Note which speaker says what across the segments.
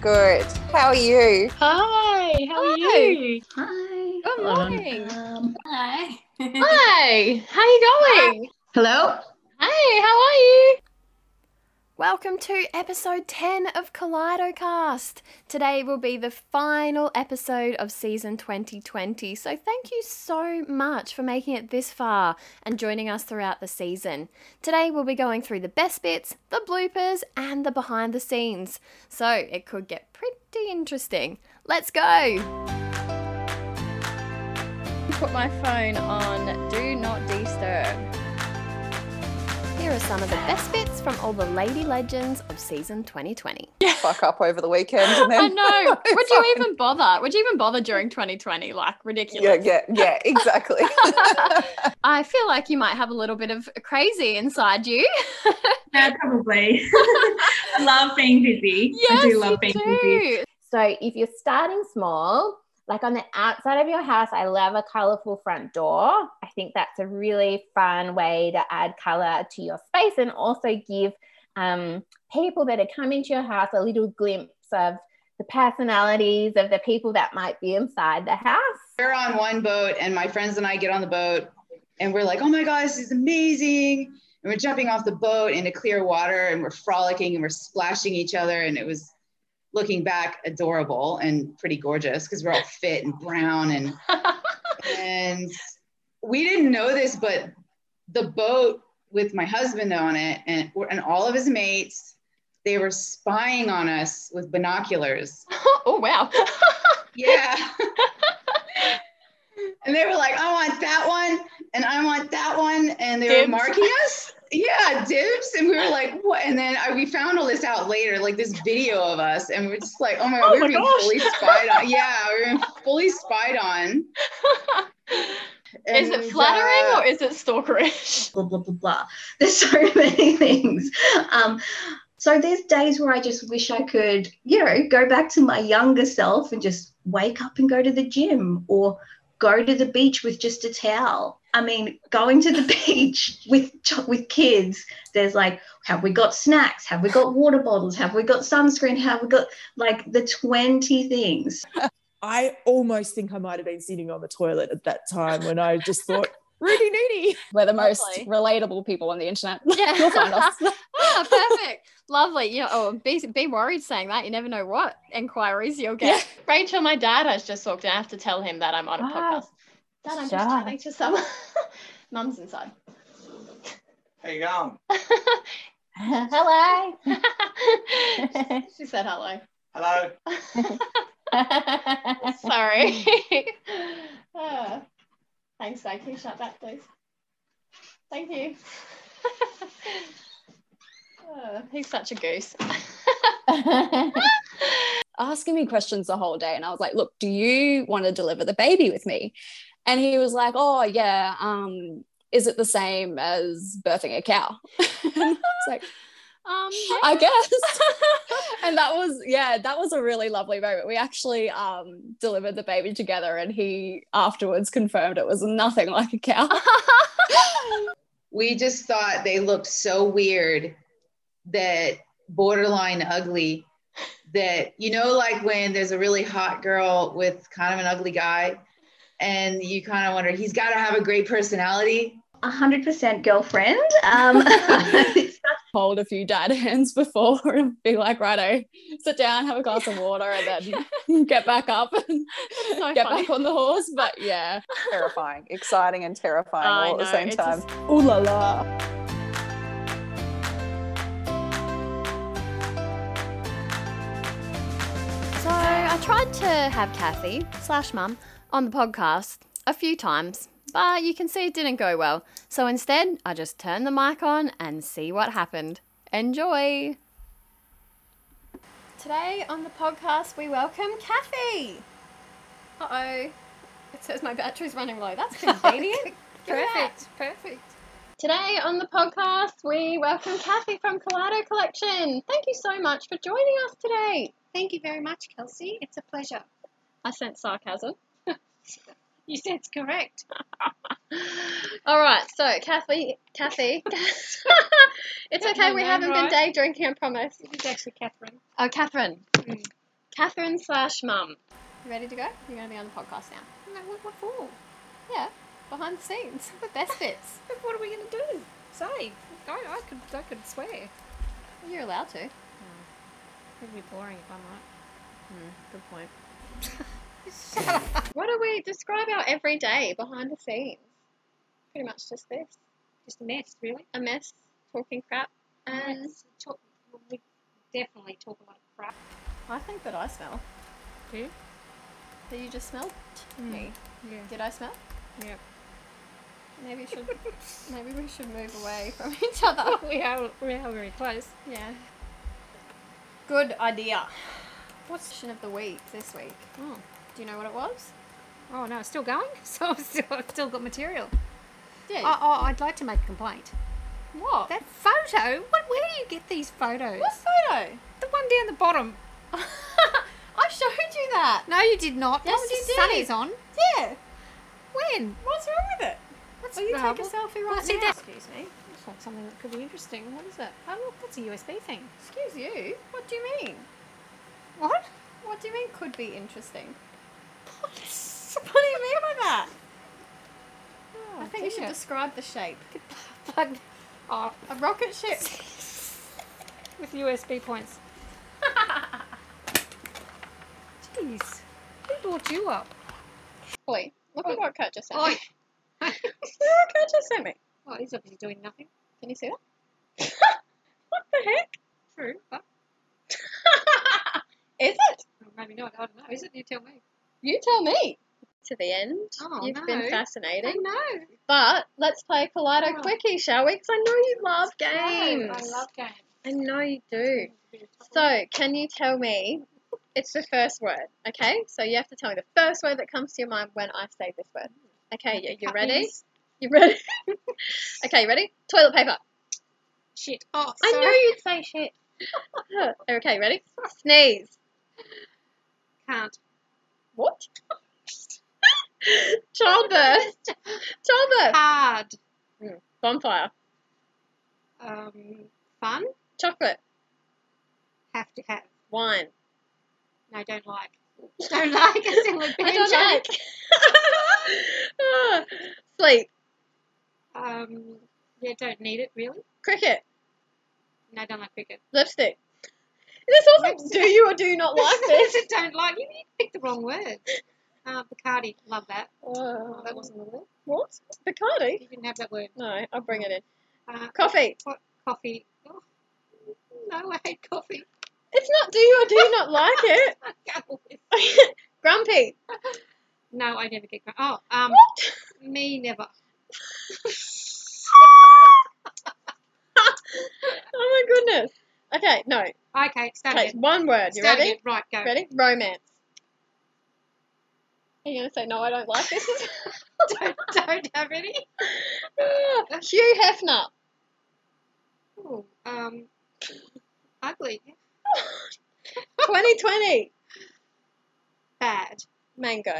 Speaker 1: good. How are you?
Speaker 2: Hi, how are
Speaker 3: Hi.
Speaker 2: you?
Speaker 4: Hi.
Speaker 3: Good
Speaker 2: Hold on.
Speaker 3: morning.
Speaker 4: Um, hi.
Speaker 3: Hi, how you going?
Speaker 4: Hello.
Speaker 3: Hey, how are you?
Speaker 5: Welcome to episode 10 of KaleidoCast. Today will be the final episode of season 2020, so thank you so much for making it this far and joining us throughout the season. Today we'll be going through the best bits, the bloopers, and the behind the scenes, so it could get pretty interesting. Let's go! Put my phone on Do Not Disturb. Here are some of the best bits from all the lady legends of season 2020.
Speaker 1: Fuck up over the weekend and then
Speaker 3: I know. Would you
Speaker 1: Fine.
Speaker 3: even bother? Would you even bother during 2020? Like
Speaker 1: Yeah,
Speaker 3: ridiculous.
Speaker 1: yeah, yeah, exactly.
Speaker 3: I feel like you might have a little bit of crazy inside you.
Speaker 4: Yeah, probably. I love being busy.
Speaker 3: Yes,
Speaker 4: I do love
Speaker 3: you
Speaker 4: being busy.
Speaker 3: do.
Speaker 6: So if you're starting small, like on the outside of your house, I love a colorful front door. I think that's a really fun way to add color to your space and also give um, people that are coming to your house a little glimpse of the personalities of the people that might be inside the house.
Speaker 7: we're on one boat and my friends and I get on the boat and we're like, oh my gosh, this is amazing. And we're jumping off the boat into clear water and we're frolicking and we're splashing each other. And it was looking back adorable and pretty gorgeous because we're all fit and brown and and we didn't know this, but the boat with my husband on it and, and all of his mates, they were spying on us with binoculars
Speaker 3: oh wow.
Speaker 7: yeah. and they were like, I want that one and I want that one. And they
Speaker 3: Dibs.
Speaker 7: were marking us. Yeah, dibs. And we were like, what? And then I, we found all this out later, like this video of us. And we were just like, oh my
Speaker 3: Oh
Speaker 7: God, we
Speaker 3: my
Speaker 7: were being
Speaker 3: gosh.
Speaker 7: fully spied on. Yeah, we were being fully spied on.
Speaker 3: is
Speaker 7: And,
Speaker 3: it flattering
Speaker 7: uh,
Speaker 3: or is it stalkerish?
Speaker 4: Blah blah blah blah. There's so many things. Um, so there's days where I just wish I could, you know, go back to my younger self and just wake up and go to the gym or go to the beach with just a towel. I mean, going to the beach with with kids, there's like, have we got snacks? Have we got water bottles? Have we got sunscreen? Have we got like the 20 things?
Speaker 8: I almost think I might have been sitting on the toilet at that time when I just thought, Rudy Nudie.
Speaker 9: We're the most
Speaker 3: Lovely.
Speaker 9: relatable people on the internet.
Speaker 3: Yeah.
Speaker 9: You'll find us.
Speaker 3: Ah, perfect. Lovely. You know, oh, be, be worried saying that. You never know what inquiries you'll get. Rachel, my dad has just walked in. I have to tell him that I'm on a
Speaker 6: Wow.
Speaker 3: podcast. Dad, I'm just
Speaker 6: Sure.
Speaker 3: chatting to someone. Mum's inside.
Speaker 10: How you going?
Speaker 6: Hello.
Speaker 3: she said hello.
Speaker 10: Hello.
Speaker 7: uh,
Speaker 3: Sorry. Ah. thanks, Dad. Can you shut that, please? Thank you. Ah, he's such a goose.
Speaker 9: Asking me questions the whole day. And I was like, look, do you want to deliver the baby with me? And he was like, oh, yeah. Um, is it the same as birthing a cow? it's like,
Speaker 3: Um,
Speaker 9: I guess. and that was, yeah, that was a really lovely moment. We actually um, delivered the baby together, and he afterwards confirmed it was nothing like a cow.
Speaker 7: we just thought they looked so weird that borderline ugly that you know like when there's a really hot girl with kind of an ugly guy and you kind of wonder he's got to have a great personality
Speaker 4: 100% girlfriend. Um,
Speaker 9: hold a few dad hands before and be like, righto, sit down, have a glass of water, and then get back up and
Speaker 3: so
Speaker 9: get
Speaker 3: funny.
Speaker 9: back on the horse. But yeah,
Speaker 1: terrifying, exciting, and terrifying
Speaker 3: I
Speaker 1: all at
Speaker 3: know,
Speaker 1: the same
Speaker 3: it's
Speaker 1: time.
Speaker 3: just-
Speaker 8: Ooh la la.
Speaker 5: So I tried to have Kathy slash mum on the podcast a few times, but you can see it didn't go well. So instead, I just turned the mic on and see what happened. Enjoy. Today on the podcast, we welcome Kathy. Uh oh, it says my battery's running low. That's convenient.
Speaker 1: Perfect, perfect.
Speaker 3: Today on the podcast, we welcome Kathy from Kaleido Collection. Thank you so much for joining us today.
Speaker 11: Thank you very much, Kelsey. It's a pleasure.
Speaker 3: I sense sarcasm.
Speaker 11: You said it's correct.
Speaker 3: All right, so Kathy, Kathy, it's
Speaker 11: Got
Speaker 3: okay.
Speaker 11: my
Speaker 3: We
Speaker 11: name
Speaker 3: haven't been
Speaker 11: right.
Speaker 3: day drinking, I promise.
Speaker 11: It is actually Catherine.
Speaker 3: Oh, Catherine.
Speaker 5: Catherine slash mum. Mm. You ready to go? You're going to be on the podcast now. No, what, what for? Yeah, behind the scenes, the best bits.
Speaker 12: What are we going to do? Say, I, I could I could swear.
Speaker 5: You're allowed to.
Speaker 2: It'd be boring if I'm not.
Speaker 5: Good point. What do we describe our everyday behind the scenes? Pretty much just this.
Speaker 2: Just a mess, really.
Speaker 5: A mess, talking crap, and
Speaker 2: And talk, we definitely talk a lot of crap.
Speaker 5: I think that I smell.
Speaker 12: Do you?
Speaker 5: That you just smelled me.
Speaker 2: Mm.
Speaker 12: Yeah.
Speaker 5: Did I smell?
Speaker 12: Yep.
Speaker 5: Maybe should maybe we should move away from each other.
Speaker 2: We are, we are very close.
Speaker 5: Yeah. Good idea. What's question of the week this week?
Speaker 2: Oh,
Speaker 5: Do you know what it was?
Speaker 2: oh no, it's still going? So I've still, I've still got material.
Speaker 5: Yeah.
Speaker 2: Oh, oh, I'd like to make a complaint.
Speaker 5: what?
Speaker 2: That photo? What, where do you get these photos?
Speaker 5: what photo?
Speaker 2: The one down the bottom.
Speaker 5: I showed you that.
Speaker 2: No, you did not.
Speaker 5: Yes,
Speaker 2: That's
Speaker 5: you
Speaker 2: just
Speaker 5: did.
Speaker 2: Sunny's on.
Speaker 5: Yeah.
Speaker 2: When?
Speaker 5: What's wrong with it?
Speaker 2: That's
Speaker 5: Will you
Speaker 2: uh,
Speaker 5: take a
Speaker 2: well,
Speaker 5: selfie
Speaker 2: well,
Speaker 5: right
Speaker 2: see
Speaker 5: now?
Speaker 2: that- Excuse me. It's like something that could be interesting. What is it? Oh, look, that's a USB thing.
Speaker 5: Excuse you. What do you mean?
Speaker 2: What?
Speaker 5: What do you mean could be interesting? what do you mean by that? I think you should describe the shape.
Speaker 2: plug oh,
Speaker 5: A rocket ship.
Speaker 2: with USB points. Jeez, who brought you up?
Speaker 5: Boy, look at what Kurt just sent
Speaker 2: Oh.
Speaker 5: me. Look what Kurt just sent me.
Speaker 2: Oh, he's obviously doing nothing.
Speaker 5: Can you see that?
Speaker 2: What the heck? True, but
Speaker 5: Is it?
Speaker 2: maybe not. I don't know. Is it? You tell me.
Speaker 5: You tell me. To the end.
Speaker 2: Oh,
Speaker 5: You've
Speaker 2: no.
Speaker 5: been
Speaker 2: I
Speaker 5: fascinating.
Speaker 2: know.
Speaker 5: But let's play a Kaleido
Speaker 2: Oh.
Speaker 5: Quickie, shall we? Because I know you love games.
Speaker 2: I love games.
Speaker 5: I know you do. So, can you tell me? It's the first word, okay? So you have to tell me the first word that comes to your mind when I say this word. Okay, yeah, you ready?
Speaker 2: Puppies.
Speaker 5: You ready? okay, you ready? Toilet paper.
Speaker 2: Shit. Oh,
Speaker 5: I
Speaker 2: sorry.
Speaker 5: know you'd
Speaker 2: say shit.
Speaker 5: okay, ready? Sneeze.
Speaker 2: Can't.
Speaker 5: What? Childbirth. Childbirth.
Speaker 2: Hard.
Speaker 5: Bonfire.
Speaker 2: Um, fun.
Speaker 5: Chocolate.
Speaker 2: Have to have.
Speaker 5: Wine.
Speaker 2: No, don't like. Don't like. It's in the
Speaker 5: I don't like. Ah, Sleep.
Speaker 2: Um, yeah, don't need it really.
Speaker 5: Cricket.
Speaker 2: No, don't like cricket.
Speaker 5: Lipstick. This also do you or do you not like this?
Speaker 2: I don't like. You you picked the wrong word. Um, Bacardi, love that. Oh,
Speaker 5: Oh,
Speaker 2: that wasn't the word.
Speaker 5: what? Bacardi?
Speaker 2: You didn't have that word.
Speaker 5: No, I'll bring it in.
Speaker 2: Uh,
Speaker 5: Coffee.
Speaker 2: what coffee? Oh, no, I hate coffee.
Speaker 5: It's not do you or do you not like it?
Speaker 2: I can't believe it.
Speaker 5: Grumpy.
Speaker 2: No, I never get. gr- Oh, um,
Speaker 5: What?
Speaker 2: me never.
Speaker 5: oh my goodness. Okay, no.
Speaker 2: Okay, start
Speaker 5: Okay,
Speaker 2: again.
Speaker 5: one word. You
Speaker 2: Start
Speaker 5: ready?
Speaker 2: again. Right, go.
Speaker 5: Ready? Romance. Are you gonna say no? I don't like this.
Speaker 2: don't, don't have any.
Speaker 5: Ah, Hugh Hefner.
Speaker 2: Ooh, um, ugly,
Speaker 5: 2020.
Speaker 2: bad.
Speaker 5: Mango.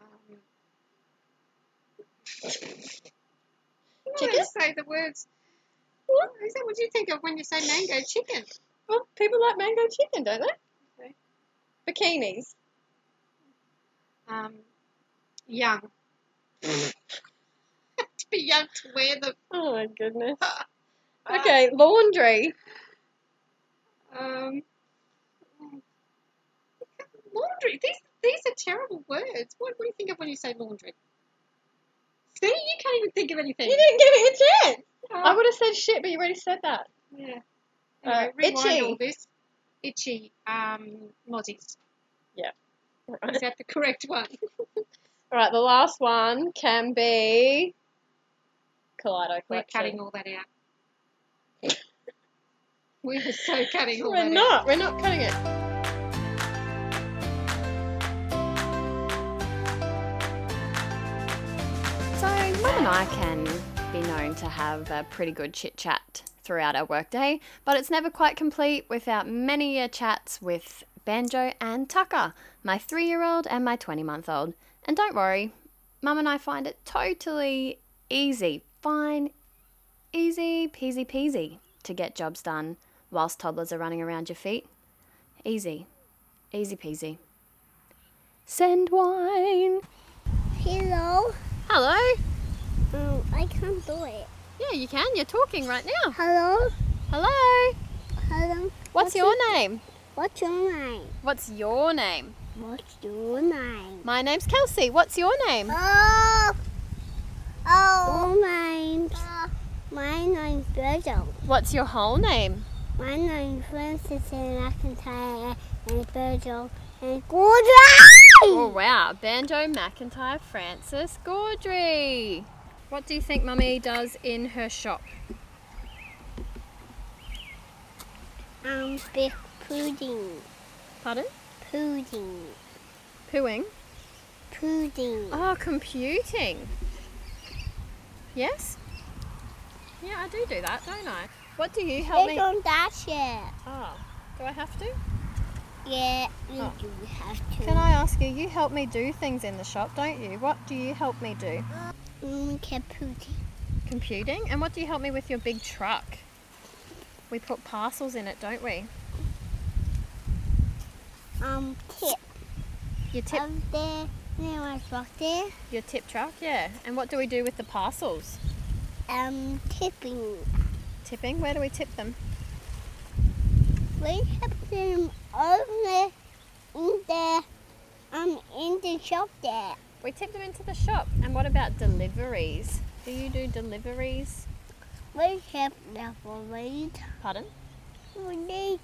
Speaker 2: Um,
Speaker 5: Chicken?
Speaker 2: chicken. Say the words. What is that? What do you think of when you say mango chicken?
Speaker 5: Well, people like mango chicken, don't they? Bikinis.
Speaker 2: Um, young. to be young to wear the
Speaker 5: Oh my goodness.
Speaker 2: Uh,
Speaker 5: Okay, laundry.
Speaker 2: um. Laundry. These these are terrible words. What, what do you think of when you say laundry? See, you can't even think of anything.
Speaker 5: You didn't give it a chance.
Speaker 2: Oh,
Speaker 5: I would have said shit, but you already said that.
Speaker 2: yeah.
Speaker 5: Uh,
Speaker 2: Anyway, rewind
Speaker 5: itchy.
Speaker 2: all this. Itchy. Um, mozzies. Is
Speaker 5: All
Speaker 2: that the correct one?
Speaker 5: right, the last one can be Kaleido
Speaker 2: We're
Speaker 5: collection.
Speaker 2: cutting all that out. we are so cutting all
Speaker 5: We're
Speaker 2: that out.
Speaker 5: not. We're not cutting it.
Speaker 13: So, Mum and I can be known to have a pretty good chit chat throughout our workday, but it's never quite complete without many uh, chats with Banjo and Tucker, my three year old and my 20 month old. And don't worry, Mum and I find it totally easy, fine, easy peasy peasy to get jobs done whilst toddlers are running around your feet.
Speaker 5: Easy. Easy peasy. Send wine.
Speaker 2: Hello.
Speaker 5: Hello.
Speaker 2: Um, I can't do it.
Speaker 5: Yeah, you can. You're talking right now.
Speaker 2: Hello.
Speaker 5: Hello.
Speaker 2: Hello.
Speaker 5: What's your name?
Speaker 2: What's your name?
Speaker 5: What's your name?
Speaker 2: What's your name?
Speaker 5: My name's Kelsey. What's your name?
Speaker 2: Oh. Oh. Your name's. my name's Virgil.
Speaker 5: What's your whole name?
Speaker 2: My name's Francis and McIntyre and Virgil and Gordon.
Speaker 5: Oh wow, Banjo McIntyre Francis Gaudry. What do you think Mummy does in her shop?
Speaker 2: Um, big pudding.
Speaker 5: Pardon?
Speaker 2: Pudding.
Speaker 5: Pooing.
Speaker 2: Pudding.
Speaker 5: Oh, computing. Yes? Yeah, I do do that, don't I? What do you help
Speaker 2: Click
Speaker 5: me?
Speaker 2: on that share.
Speaker 5: Oh, do I have to?
Speaker 2: Yeah, you
Speaker 5: Oh.
Speaker 2: do have to.
Speaker 5: Can I ask you, you help me do things in the shop, don't you? What do you help me do?
Speaker 2: Mm, caputi.
Speaker 5: Computing? And what do you help me with your big truck? We put parcels in it, don't we?
Speaker 2: Um, tip.
Speaker 5: Your tip
Speaker 2: Um, there. There was rock there.
Speaker 5: your tip truck, yeah. And what do we do with the parcels?
Speaker 2: Um, tipping.
Speaker 5: Tipping? Where do we tip them?
Speaker 2: We have them over in the, um, in the shop there.
Speaker 5: We tip them into the shop. And what about deliveries? Do you do deliveries?
Speaker 2: We tip the parade.
Speaker 5: Pardon?
Speaker 2: We,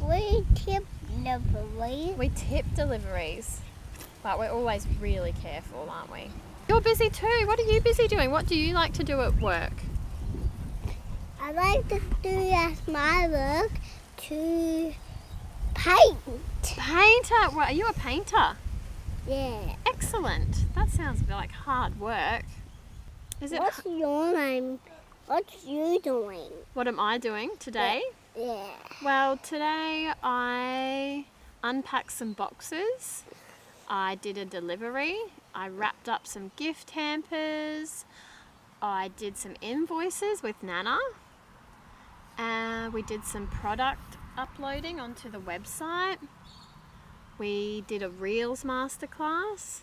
Speaker 2: we tip the parade.
Speaker 5: We tip deliveries, but we're always really careful, aren't we? You're busy too. What are you busy doing? What do you like to do at work?
Speaker 2: I like to do that my work to paint.
Speaker 5: Painter. What, are you a painter?
Speaker 2: Yeah.
Speaker 5: Excellent. That sounds like hard work. Is it?
Speaker 2: What's your name? What's you doing?
Speaker 5: What am I doing today?
Speaker 2: Yeah.
Speaker 5: Well, today I unpacked some boxes. I did a delivery. I wrapped up some gift hampers. I did some invoices with Nana. And we did some product uploading onto the website. We did a Reels masterclass.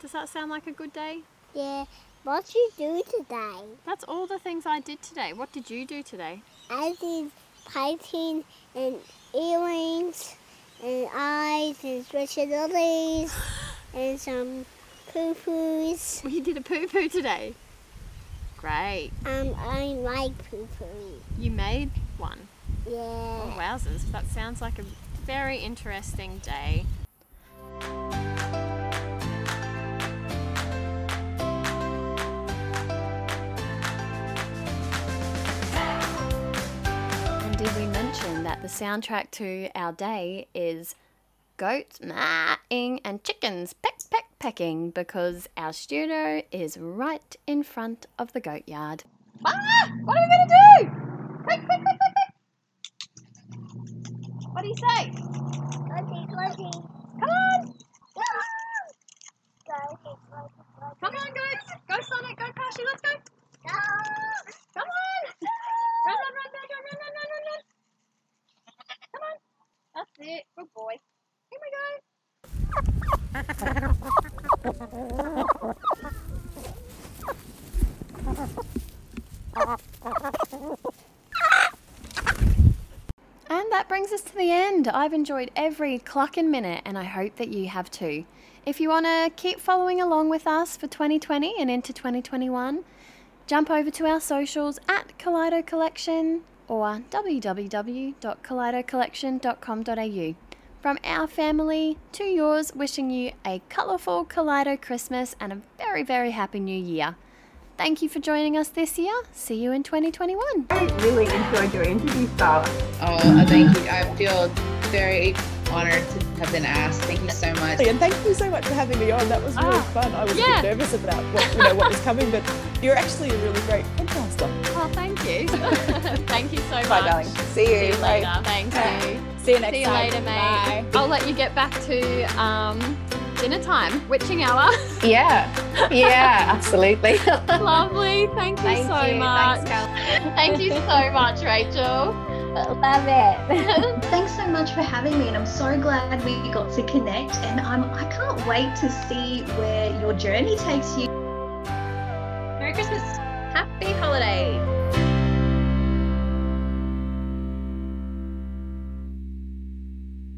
Speaker 5: Does that sound like a good day?
Speaker 2: Yeah. What you do today?
Speaker 5: That's all the things I did today. What did you do today?
Speaker 2: I did painting and earrings and eyes and stretchy lilies and some poo poos.
Speaker 5: We did a poo poo today. Great.
Speaker 2: Um, I like poo poo.
Speaker 5: You made one. Oh,
Speaker 2: Yeah.
Speaker 5: wowzers. That sounds like a very interesting day. And did we mention that the soundtrack to our day is goats maaing and chickens peck peck pecking because our studio is right in front of the goat yard.
Speaker 1: Ah! What are we gonna do? Quick, quick, quick, quick, quick. What do you say?
Speaker 2: Fuzzy, fuzzy.
Speaker 1: Come on!
Speaker 2: Fuzzy, fuzzy, fuzzy.
Speaker 1: Come on, guys! Go Sonic, go Kashi, let's go! Come on! Run, run, run, run, run, run, run, run, run, run! Come on! That's it, good boy. Here we go!
Speaker 5: And that brings us to the end. I've enjoyed every clucking minute, and I hope that you have too. If you want to keep following along with us for 2020 and into 2021, jump over to our socials at Kaleido Collection or www.kaleidocollection.com.au. From our family to yours, wishing you a colourful Kaleido Christmas and a very, very happy new year. Thank you for joining us this year. See you in 2021.
Speaker 4: I really enjoyed your interview, Star.
Speaker 7: Oh, uh, thank you. I feel very honored to have been asked. Thank you so much.
Speaker 8: And thank you so much for having me on. That was really
Speaker 5: Ah,
Speaker 8: fun. I was
Speaker 5: yeah.
Speaker 8: a bit nervous about what you know what was coming, but you're actually a really great podcaster.
Speaker 5: Oh, thank you. thank you so much.
Speaker 9: Bye, darling. See you.
Speaker 5: See you
Speaker 9: Bye.
Speaker 5: later. Thank you.
Speaker 9: See you next
Speaker 5: See you
Speaker 9: time.
Speaker 5: later, mate.
Speaker 9: Bye.
Speaker 5: I'll let you get back to um, dinner time, witching hour.
Speaker 9: Yeah. Yeah, absolutely.
Speaker 5: Lovely. Thank you
Speaker 9: Thank
Speaker 5: so
Speaker 9: you.
Speaker 5: much.
Speaker 9: Thanks, Cal.
Speaker 5: Thank you so much, Rachel.
Speaker 6: Uh, Love it.
Speaker 4: Thanks so much for having me, and I'm so glad we got to connect. And I'm, I can't wait to see where your journey takes you.
Speaker 11: Merry Christmas.
Speaker 6: Happy holidays.